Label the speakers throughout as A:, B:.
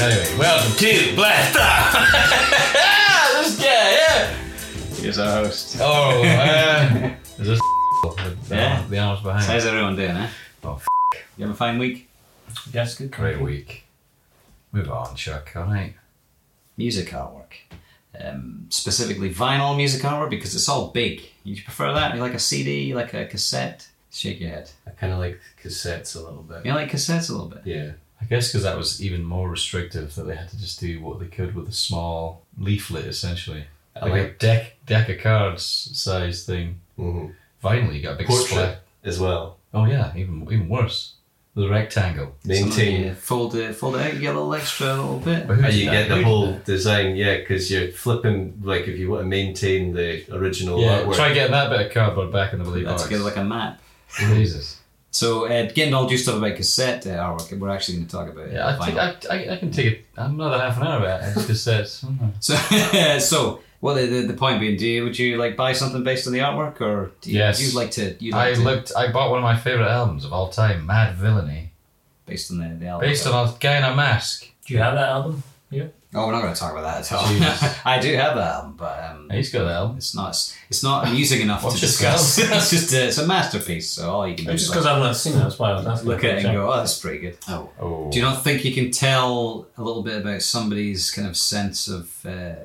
A: Anyway, welcome to Black Thought. this guy, yeah.
B: Here's our host.
A: Oh, uh, is this the,
B: Yeah.
A: the arms behind?
B: So how's everyone doing, eh?
A: Oh, f-
B: You have a fine week?
C: Yes, good.
A: great week. Move on, Chuck. All right.
B: Music artwork. Um, specifically vinyl music artwork because it's all big. You prefer that? You like a CD? You like a cassette? Shake your head.
C: I kind of like cassettes a little bit.
B: You like cassettes a little bit?
C: Yeah.
A: I guess because that was even more restrictive that they had to just do what they could with a small leaflet, essentially.
C: I
A: Like, a deck deck of cards size thing.
C: mhm.
A: Vinyl, you got a big
C: portrait
A: splat.
C: as well.
A: Oh yeah, even even worse. The rectangle.
B: Something,
C: Maintain.
B: uh, fold it, fold it out. You get a little extra, a little bit.
A: But who
C: And
A: did
C: you
A: that?
C: get the
A: Who did
C: whole
A: that?
C: design, yeah, because you're flipping, like, if you want to maintain the original
A: Yeah,
C: artwork.
A: try getting that bit of cardboard back in the bloody
B: That's
A: box.
B: good, like a map.
A: Jesus.
B: So uh, getting all juiced up about cassette uh, artwork, we're actually going to talk about uh,
A: Yeah,
B: vinyl.
A: I, think I, I, I can take a, another half an hour about it. It's just says
B: So, so well, the, the, the point being, do you, would you like buy something based on the artwork, or do you,
A: Yes.
B: do you like to? You
A: I
B: like to,
A: looked. I bought one of my favorite albums of all time, Mad Villainy,
B: based on the, the artwork.
A: based on a guy in a mask.
D: Do you have that album?
B: Oh, we're not going to talk about that at
A: Jesus.
B: all. I do have that album, but um,
A: Yeah, He's got that album.
B: it's not it's not amusing enough to
A: What's this
B: discuss.
A: album?
B: it's just a, it's a masterpiece. So all you can do
D: Just
B: is
D: because
B: like,
D: I've not seen it, that's why I was asking.
B: look at it and go, "Oh, that's pretty good." Oh.
A: Oh,
B: Do you not think you can tell a little bit about somebody's kind of sense of uh,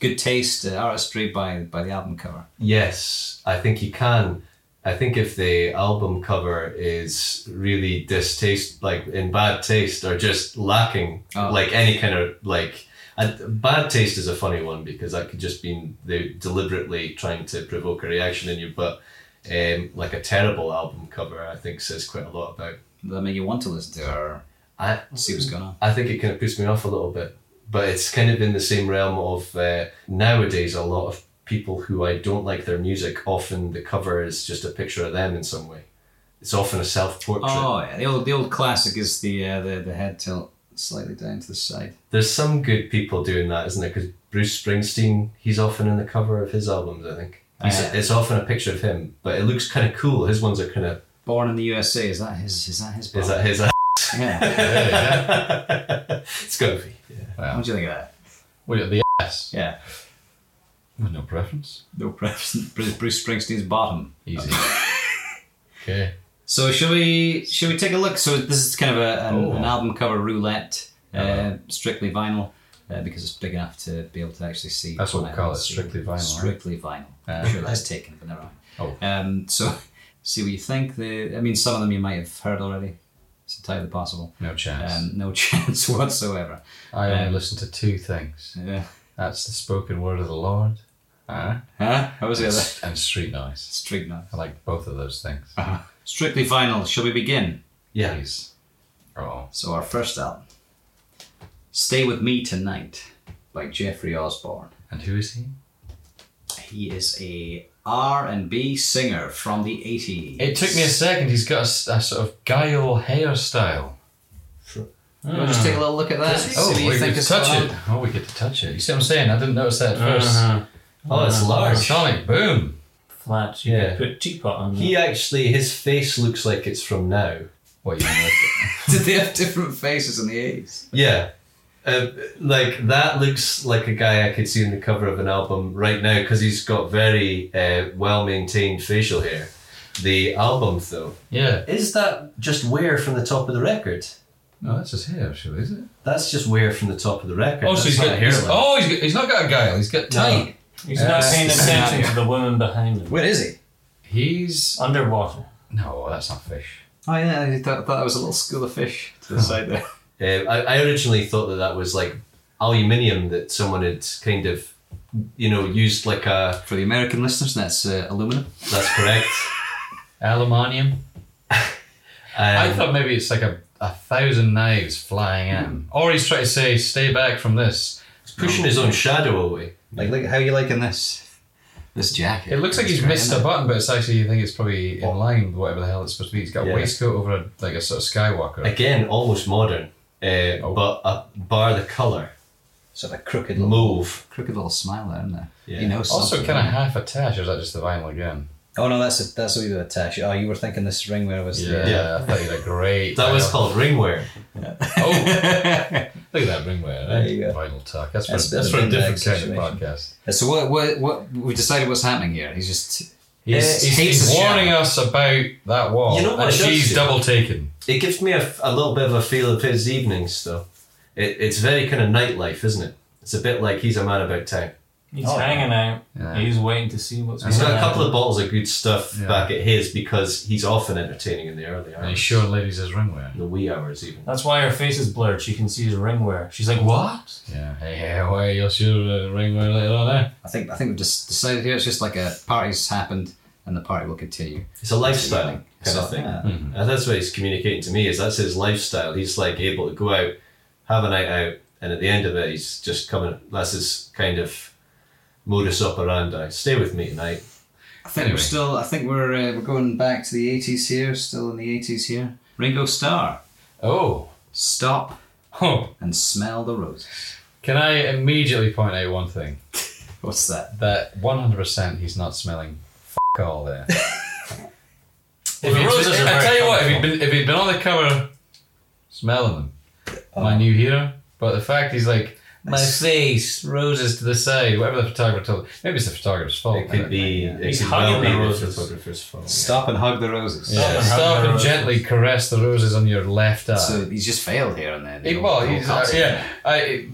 B: good taste, uh, artistry by by the album cover?
C: Yes, I think you can. I think if the album cover is really distaste, like in bad taste, or just lacking,
B: Oh.
C: like any kind of like and bad taste is a funny one because that could just mean they deliberately trying to provoke a reaction in you. But um, like a terrible album cover, I think says quite a lot about.
B: Does that make you want to listen to it or
C: I
B: see what's going on?
C: I think it kind of puts me off a little bit. But it's kind of in the same realm of uh, nowadays, a lot of people who I don't like their music, often the cover is just a picture of them in some way. It's often a self portrait.
B: Oh, yeah. the old the old classic is the uh, the the head tilt slightly down to the side.
C: There's some good people doing that, isn't there? Because Bruce Springsteen, he's often in the cover of his albums, I think. He's,
B: Ah, yeah.
C: It's often a picture of him, but it looks kind of cool. His ones are kind of.
B: Born in the USA is that his is that his?
C: Is
B: bum?
C: that his?
B: Yeah.
C: it's gotta be.
B: what do you think of that?
A: Wait, the ass.
B: Yeah.
A: With no preference.
B: No preference. Bruce, Bruce Springsteen's bottom.
A: Easy. okay.
B: So shall we shall we take a look? So this is kind of a, an,
A: Oh.
B: an album cover roulette, uh,
A: Uh-huh.
B: strictly vinyl, uh, because it's big enough to be able to actually see.
A: That's what we
B: vinyl,
A: call it,
B: see-
A: strictly vinyl, right?
B: Strictly vinyl. I'm
A: Uh,
B: sure that's taken, but never mind.
A: Oh.
B: Um, so see what you think. The I mean, some of them you might have heard already. It's entirely possible.
A: No chance.
B: Um, no chance whatsoever.
A: I only
B: um,
A: listen to two things.
B: Yeah.
A: That's the spoken word of the Lord. Uh,
B: Huh? How was Uh-huh.
A: and,
B: the other?
A: s- and street noise.
B: String now.
A: I like both of those things.
B: Strictly vinyl. Shall we begin?
C: Yeah.
A: Please. Oh.
B: So our first album, "Stay with Me Tonight" by Jeffrey Osborne.
A: And who is he?
B: He is a R and B singer from the 80s.
A: It took me a second. He's got a, s- a sort of guile hairstyle. Hmm.
B: We'll just take a little look at that.
A: Oh,
B: see what
A: we
B: you
A: get
B: think
A: to
B: is
A: touch
B: going
A: it.
B: on.
A: Oh, we get to touch it. You see what I'm saying? I didn't notice that at first.
D: Uh-huh.
C: Oh, it's
A: Oh,
C: large.
A: Sonic Boom.
D: Flat. You
C: Yeah.
D: could put teapot on.
C: He
D: that.
C: actually, his face looks like it's from now.
A: What you mean?
B: Did they have different faces in the 80s?
C: Yeah. Uh, like that looks like a guy I could see in the cover of an album right now because he's got very uh, well maintained facial hair. The album, though,
A: yeah.
C: is that just wear from the top of the record?
A: No, that's his hair, actually, is it?
C: That's just wear from the top of the record.
A: Oh,
C: That's
A: so he's
C: not
A: got,
C: a
A: he's,
C: hairline.
A: oh he's, got, he's not got a guile. He's got tight.
D: He's
A: Uh,
D: not paying
B: it's-
D: attention to the woman behind him.
B: Where is he?
A: He's
D: Underwater.
A: no, that's not fish.
B: Oh, yeah, I thought, thought it was a little school of fish to the side there.
C: Uh, I, I originally thought that that was like aluminium that someone had kind of, you know, used like a.
B: For the American listeners, that's uh, aluminum.
C: That's correct.
A: Aluminium. I
C: Um,
A: thought maybe it's like a, a thousand knives flying at him, or he's trying to say, "Stay back from this."
C: he's pushing his own shadow away.
B: Like, look, how are you liking this? This jacket.
A: It looks like
B: It's
A: he's
B: great,
A: missed
B: isn't
A: a
B: it?
A: button, but it's actually you think it's probably in line with whatever the hell it's supposed to be. He's got a
C: Yeah.
A: waistcoat over a, like a sort of Skywalker.
C: again almost modern uh,
A: Oh.
C: but uh, bar the color
B: Sort of a crooked little,
C: mauve
B: crooked little smile there, isn't there?
C: Yeah.
B: You know
A: also,
B: something.
A: kind of half attached. Or is that just the vinyl again?
B: Oh, no, that's a, that's a wee bit of tash. Oh, you were thinking this ring where was the...
A: Yeah, I thought he had a great.
C: that was
A: vinyl.
C: called ringwear
A: Oh,
E: Look at that ringwear.
B: There
E: eh?
B: you go.
A: Vinyl tack. That's,
B: That's-
A: for, that's
B: that's
A: for a
B: been the
A: different kind
B: situation.
A: of podcast.
B: Uh, So what, what, what we decided what's happening here. He's just
A: He's,
B: Eh,
A: he's,
B: hates
A: he's
B: the
A: warning
B: shower.
A: us about that wall.
C: You know what
A: and
C: it does
A: she's
C: do?
A: double taken.
C: It gives me a, a little bit of a feel of his evenings, though. It, it's very kind of nightlife, isn't it? It's a bit like he's a man about town.
D: He's
B: Oh,
D: hanging out.
B: yeah.
D: He's waiting to see what's
C: He's
D: going
C: got
D: on.
C: a couple of bottles of good stuff
A: Yeah.
C: back at his because he's often entertaining in the early
A: And he's
C: hours,
A: showing ladies his ringwear.
C: the wee hours even.
D: That's why her face is blurred. She can see his ring wear. She's like, what?
A: Yeah. Hey, hey, why you'll see your uh, ringwear later on, eh?
B: I think I think we've just decided here. It's just like a party's happened and the party will continue.
C: It's a lifestyle kind
B: So,
C: of thing.
B: yeah.
D: Mm-hmm.
C: And that's what he's communicating to me is that's his lifestyle. He's like able to go out, have a night out, and at the end of it, he's just coming. That's his kind of modus operandi. Stay with me tonight.
B: I think
A: Anyway.
B: we're still. I think we're uh, we're going back to the eighties here. Still in the eighties here. Ringo Starr.
A: Oh.
B: Stop
A: Huh.
B: and smell the roses.
A: Can I immediately point out one thing?
B: What's that?
A: That 100% he's not smelling f all there.
D: Well,
A: If
D: the
A: he'd
D: roses
A: been-
D: are
A: I
D: very
A: tell you what, if he'd
D: colourful.
A: been if he'd been on the cover, smelling them,
C: Oh.
A: my new hero. But the fact he's like my
B: Nice.
A: face, roses to the side, whatever the photographer told. Maybe it's the photographer's
D: Oh,
A: fault.
C: It could be. It
D: He's
C: could
D: hugging
C: well be
D: the
C: the
D: roses.
C: photographer's phone.
B: Stop and hug the roses.
A: Yeah.
D: Stop and
A: Stop
D: hug
A: and
D: the
A: gently caress the roses on your left eye.
B: So he's just failed here and there. the
A: It-
B: whole-
A: well,
B: the whole
A: he's, uh,
B: concept.
A: yeah. I,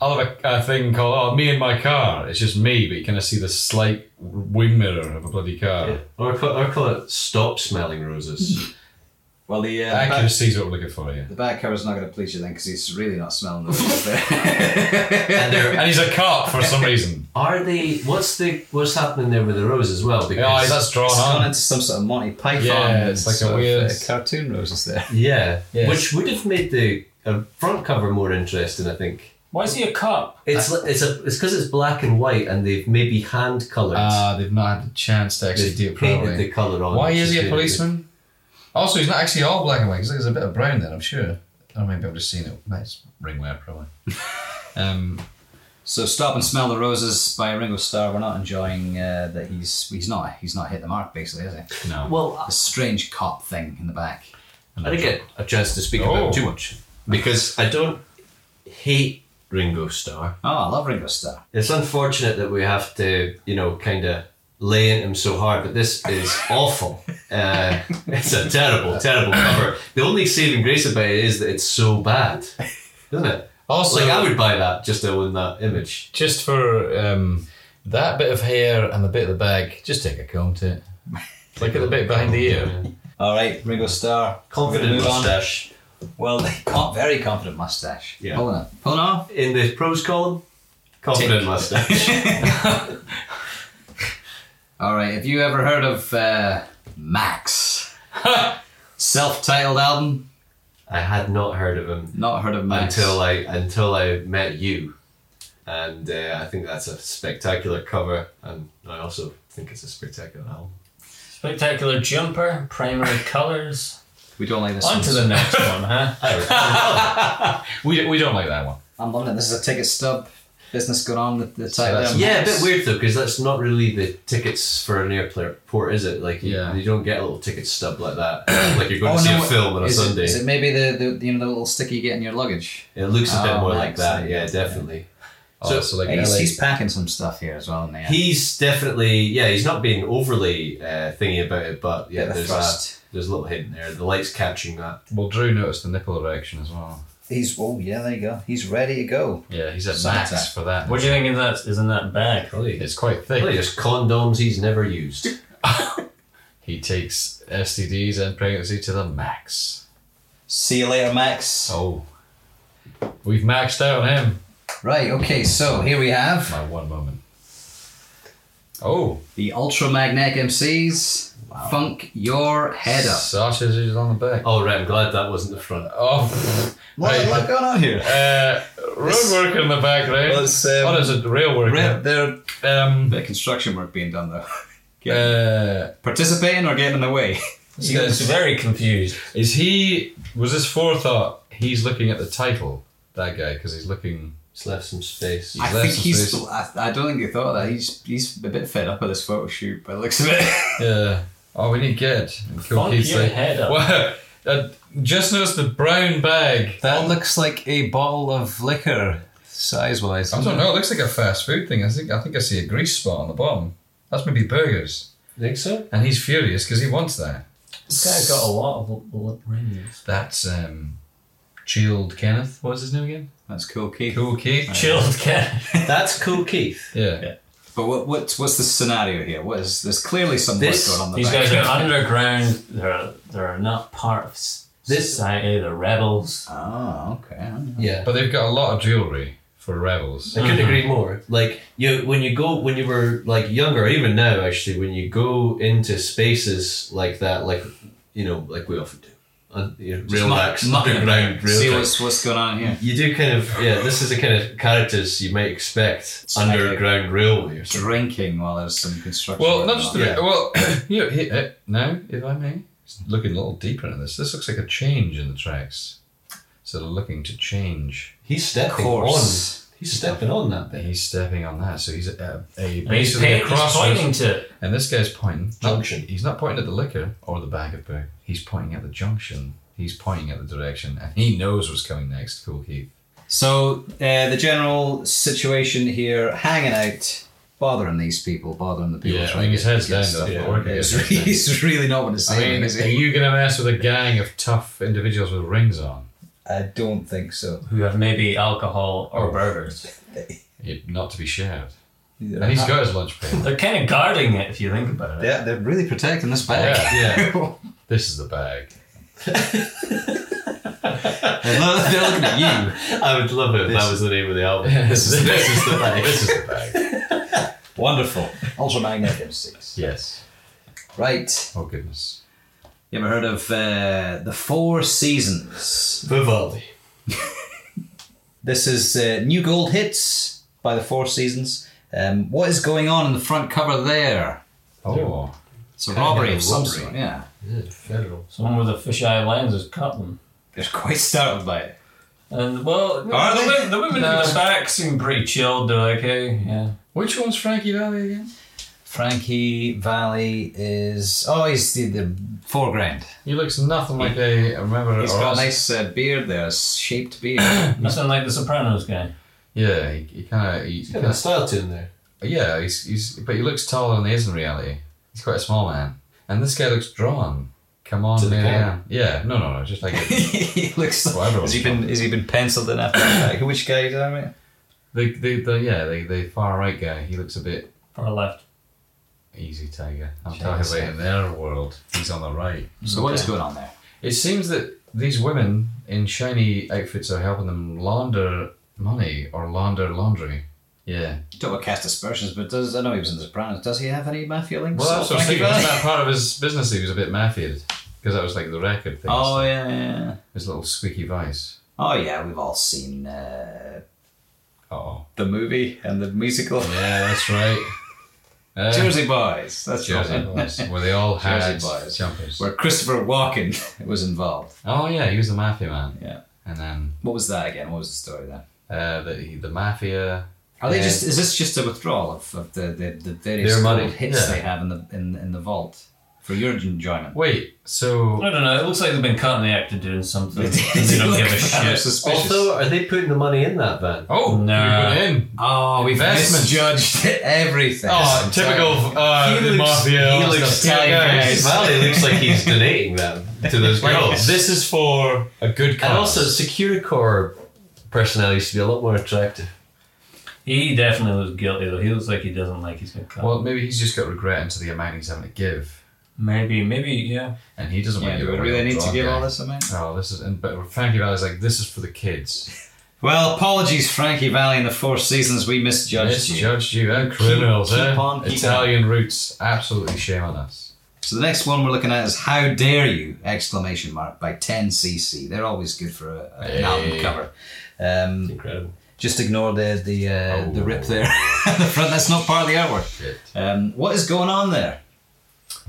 A: I'll have a, a thing called "Oh, me and my car." It's just me, but you kind of see the slight wing mirror of a bloody car.
C: Yeah. Or, call, or call it stop smelling roses.
B: Well, the uh, back,
A: Accuracy is what we're looking for, yeah.
B: the back cover's not going to please you then because he's really not smelling the roses. there.
C: and there,
A: And he's a cop for some reason.
C: are they? What's the what's happening there with the rose as well?
A: Yeah, aye,
C: Because
A: that's drawn
B: It's gone
A: on.
B: into some sort of Monty Python.
A: Yeah, it's like a
B: sort of,
A: weird-
B: uh, cartoon roses there.
C: yeah,
A: Yes.
C: which would have made the uh, front cover more interesting, I think.
D: Why is he a cop?
C: It's li- it's a it's because it's black and white and they've maybe hand coloured.
A: Ah, they've not had the chance to actually
C: they've
A: do it
C: painted
A: properly.
C: the colour on.
A: Why
C: which
A: is he a
C: really-
A: policeman? Also, he's not actually all black and white. 'cause There's a bit of brown there, I'm sure. Or maybe I've just seen it. That's ringwear, probably. um,
B: So stop and smell the roses by Ringo Starr. We're not enjoying uh, that he's he's not he's not hit the mark basically, is he?
A: no.
C: Well,
B: The strange cop thing in the back.
C: I didn't get a chance to speak
A: Oh.
C: about it too much because I don't hate Ringo Starr.
B: Oh, I love Ringo Starr.
C: It's unfortunate that we have to, you know, kind of lay into him so hard, but this is awful. Uh, it's a terrible, terrible cover. The only saving grace about it is that it's so bad, isn't it?
A: Also,
C: Like I would buy that just to own that image.
A: just for um, that bit of hair and the bit of the bag, just take a comb to it. Look at the bit behind the ear.
B: All right, Ringo Starr.
C: Confident
B: We're gonna move on.
C: mustache.
B: Well, con- very confident mustache.
C: Yeah.
B: Pulling it. Pulling it off.
C: in the pros column. Confident
B: Tick.
C: mustache.
B: All right. Have you ever heard of uh, Max? Self-titled album.
C: I had not heard of him
B: Not heard of Max.
C: until I until I met you, and uh, I think that's a spectacular cover, and I also think it's a spectacular album.
D: Spectacular jumper, primary colours.
B: we don't like this
D: On
B: one.
D: to the next one, huh?
A: We, we don't like that one.
B: I'm loving it. This is a ticket stub. Business going on with the title.
A: that's-
B: there.
C: yeah, a
B: Max.
C: bit weird though, because that's not really the tickets for an airport, is it? Like, you,
A: Yeah.
C: you don't get a little ticket stub like that. like you're going
B: Oh,
C: to see
B: no,
C: a film on a
B: is it-
C: Sunday.
B: is
C: It,
B: it maybe the, the you know the little sticky you get in your luggage?
C: looks a bit
B: Oh,
C: more
B: Max,
C: like that.
B: yeah,
C: Yeah, definitely.
A: So, Oh, so like
B: Hey, he's,
A: LA
B: he's packing some stuff here as well, isn't he?
C: He's definitely yeah. He's not being overly uh, thingy about it, but yeah,
B: Bit of
C: there's
B: thrust.
C: that. There's a little hint there. The light's catching that.
A: well, Drew noticed the nipple erection as well.
B: He's oh yeah, there you go. He's ready to go.
A: Yeah, he's at
B: Sometimes.
A: max for that.
D: What do you think of that? Isn't that bad?
C: Probably,
A: It's quite thick.
C: probably just condoms he's never used.
A: He takes STDs and pregnancy to the max.
B: See you later, Max.
A: Oh, we've maxed out on him.
B: Right. Okay. So here we have
A: My one moment. Oh,
B: the Ultramagnetic MCs. Funk your head up.
A: sausages on the back.
C: Oh right, I'm glad that wasn't the front.
A: Oh, pfft. Right.
B: going on here?
A: uh, road worker in the background.
B: Well, it's, um,
A: what is it? Rail worker.
B: Right, there,
A: Um,
B: bit of construction work being done though.
A: uh,
B: Participating or getting in the way?
D: He was very confused.
A: is he? Was his forethought? He's looking at the title. That guy, because he's looking.
C: It's left some space.
B: I
A: left
B: think
A: some
B: he's.
A: space.
B: I, I don't think he thought of that. He's he's a bit fed up with this photo shoot by the looks of it.
A: Yeah. uh, Oh, we need Ged. And cool
D: Funk
A: kids
D: your
A: like-
D: head up.
A: Well, uh, Just noticed the brown bag.
E: That looks like a bottle of liquor, size wise.
A: I don't know. It looks like a fast food thing. I think I think I see a grease spot on the bottom. That's maybe burgers.
C: Think so?
A: And he's furious because he wants that.
D: This guy's got a lot of l- l- rings.
A: That's um, chilled Kenneth. What was his name again?
B: That's cool, Keith.
A: Cool Keith.
D: Chilled cat.
C: That's cool, Keith.
A: Yeah.
B: But what, what's what's the scenario here? What is there's clearly some
C: This-
B: work going on in the
D: These
B: back.
D: guys are underground. They're they're not part of s-
C: This-
D: society. They're rebels.
B: Oh, okay.
C: Yeah.
A: But they've got a lot of jewelry for rebels.
C: I couldn't
B: Mm-hmm.
C: agree more. Like you, when you go, when you were like younger, or even now actually, when you go into spaces like that, like you know, like we often do, on you know, rail
B: muck-
C: tracks,
B: muck it.
C: underground rail
B: See
C: tracks.
B: what's what's going on here.
C: You do kind of yeah. This is the kind of characters you might expect
B: like
C: underground railway or something.
B: Drinking while there's some construction.
A: Well,
B: going
A: not just
B: on.
A: the
C: Yeah.
A: well. here, here, eh, now, if I may, just looking a little deeper into this, this looks like a change in the tracks. So they're looking to change.
C: He's stepping
B: Course.
C: on. He's stepping on
A: But
C: that thing.
A: he's stepping on that, so he's at a, a
D: And he's,
A: basically
D: pay-
A: a
D: he's
A: crossroads.
D: pointing to it.
A: And this guy's pointing.
C: Junction.
A: he's not pointing at the liquor or the bag of beer. He's pointing at the junction. He's pointing at the direction, and he knows what's coming next. Cool Keith.
B: So uh, the general situation here, hanging out, bothering these people, bothering the people.
A: Yeah, I
B: trying
A: mean, his
B: to get-
A: head's
B: get
A: down,
B: stuff
A: that's what
B: done.
A: we're getting
B: He's
A: at.
B: really, he's really not what to
A: I
B: say.
A: mean,
B: is
A: are
B: he?
A: you gonna mess with a gang of tough individuals with rings on?
B: I don't think so.
D: Who have maybe alcohol or burgers.
A: It, not to be shared. And he's got his lunch pail.
D: They're kind of guarding it if you think about it.
B: Yeah, they're really protecting this bag.
A: Yeah.
C: Yeah.
A: This is the bag.
B: they're, not- they're looking at you.
C: I would love it if that was the name of the album. This is, this is the bag.
A: This is the bag.
B: Wonderful. Ultra Magnum 6.
A: yes.
B: Right.
A: Oh goodness.
B: You ever heard of uh, The Four Seasons?
C: Vivaldi.
B: This is uh, New Gold Hits by The Four Seasons. Um, what is going on in the front cover there?
A: Oh.
B: It's a robbery
A: yeah,
B: of some
A: robbery.
B: sort, yeah.
C: Federal.
D: Someone with a fisheye lens has cut them.
B: They're quite startled by it.
D: And well,
B: Are
D: the,
B: they?
D: women, the women in the back seem pretty chilled. They're like, hey, yeah.
A: Which one's Frankie Valley again?
B: Frankie Valley is oh he's the, the foreground.
A: He looks nothing like a. I remember.
B: He's
A: or
B: got a
A: else-
B: nice uh, beard there, a shaped beard.
D: Nothing like the Sopranos guy.
A: Yeah, he, he kind of. He,
C: He's got
A: kinda,
C: a style to him there.
A: yeah, he's, he's but he looks taller than he is in reality. He's quite a small man, and this guy looks drawn. Come on,
C: To the
A: Marianne. Yeah, no, no, no, just like a-
B: he looks.
A: Well, everyone's
B: has he been has he been penciled in after that? Who- Which guy is that? Right?
A: the, the, the yeah the, the far right guy. He looks a bit
D: Or left.
A: easy tiger. I'm
B: Shall I
A: talking
B: say?
A: about in their world. He's on the right.
B: So what is going on there?
A: It seems that these women in shiny outfits are helping them launder money or launder laundry. Yeah.
B: You talk about cast aspersions, but does I know he was in the Sopranos? Does he have any mafia links?
A: Well, that's what I was
B: Frankie
A: thinking. Wasn't
B: Valli?
A: that part of his business? He was a bit mafiaed because that was like the record thing.
B: Oh yeah, yeah, yeah.
A: His little squeaky vice.
B: Oh yeah, we've all seen uh,
A: Oh.
B: the movie and the musical
A: Yeah, that's right. Uh,
B: Jersey Boys. That's
A: Jersey
B: right.
A: Boys, where they all had
B: Jersey Boys.
A: jumpers.
B: Where Christopher Walken was involved.
A: Oh yeah, he was the mafia man,
B: Yeah.
A: and then
B: What was that again? What was the story then?
A: uh, the the mafia.
B: Are they
A: Yeah.
B: just? Is this just a withdrawal of, of the, the, the various
A: Their money,
B: gold hits
A: yeah.
B: they have in the in, in the vault for your enjoyment?
A: Wait, so
D: I don't know. It looks like they've been caught in the act of doing something.
B: They
D: and they don't
B: look
D: give a
B: rather
D: shit.
B: Suspicious.
C: Also, are they putting the money in that van?
A: oh
D: No.
A: we put in.
B: oh, we've
A: Investment.
B: misjudged everything.
A: Oh, typical uh, the mafia.
C: He
A: all
C: looks
A: stuff.
B: tight,
A: Yeah, guys.
B: guys.
C: Valley looks like he's donating them to those
A: Like,
C: girls.
A: this is for a good cause.
C: and also, Securicorp personnel used to be a lot more attractive.
D: He definitely looks guilty though. He looks like he doesn't like he's been caught.
A: well, maybe he's just got regret into the amount he's having to give,
D: maybe, maybe, yeah.
A: and he doesn't
B: Yeah,
A: want to
B: do
A: give
B: we
A: away the
B: really need to
A: drug
B: give
A: guy.
B: all this amount?
A: Oh, this is and but Frankie Valley's like this is for the kids.
B: Well, apologies, Frankie Valley and the Four Seasons. We misjudged you.
A: Judge you, eh? criminals,
B: keep
A: eh?
B: on, keep on.
A: Italian roots, absolutely shame on us.
B: So the next one we're looking at is "How Dare You!" exclamation mark by 10cc. They're always good for a, an
A: Hey.
B: album cover. Um,
C: Incredible.
B: Just ignore the the uh,
A: Oh.
B: the rip there at the front. That's not part of the artwork.
A: Shit.
B: Um, what is going on there?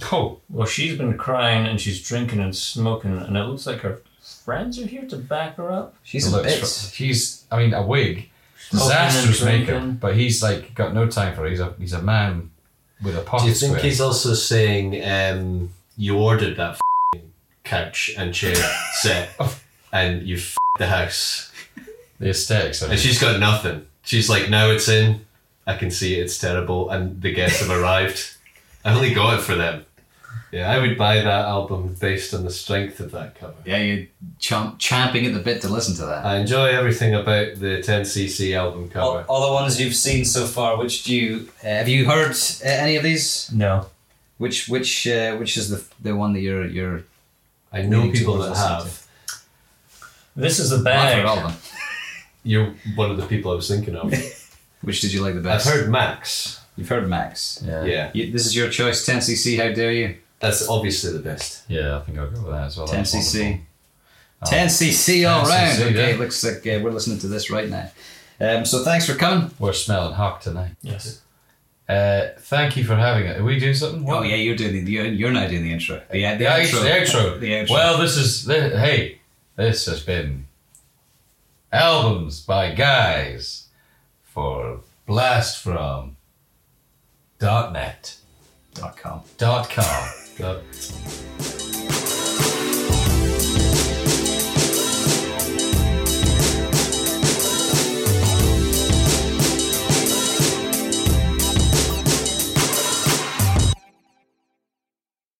A: Oh,
D: Well, she's been crying and she's drinking and smoking, and it looks like her friends are here to back her up.
B: She's a
A: looks
B: bitch.
A: fr- he's, I mean, a wig, disastrous
D: Smoking and
A: makeup,
D: drinking.
A: but he's like got no time for it. He's a he's a man with a
C: Do you
A: pocket
C: think
A: square.
C: he's also saying um, you ordered that f***ing couch and chair set, and you f- the house.
A: The aesthetics. I
C: And she's got nothing. She's like, now it's in. I can see it. It's terrible, and the guests have arrived. I only got it for them. Yeah, I would buy that album based on the strength of that cover.
B: Yeah, you're chomp, champing at the bit to listen to that.
C: I enjoy everything about the 10cc album
B: All,
C: cover.
B: all the ones you've seen so far, which do you uh, have you heard uh, any of these?
D: No.
B: Which which uh, which is the the one that you're you're
C: I know
B: Leaning
C: people that
B: towards the
C: have.
B: center.
D: This is the
B: I've heard
D: bag.
B: all of them.
C: You're one of the people I was thinking of.
B: Which did you like the
C: I've
B: best?
C: heard Max.
B: You've heard Max.
A: Yeah.
C: Yeah,
B: You, this is your choice, 10cc. How dare you?
C: that's obviously the best.
A: Yeah, I think I'll go with that as
B: Oh,
A: well. That's
B: 10cc.
A: wonderful.
B: 10cc all
A: 10cc,
B: round. Okay,
A: yeah.
B: looks like uh, we're listening to this right now. Um, so thanks for coming.
A: We're smelling hock tonight.
D: Yes.
A: Uh, thank you for having it. Are we doing something?
B: Oh yeah, you're doing the you're, you're now doing the intro. The, the,
A: The,
B: outro.
A: outro. the outro.
B: The outro.
A: Well, this is thi- hey, this has been albums by guys for blast from dot net
B: dot com.
A: dot com.
C: That-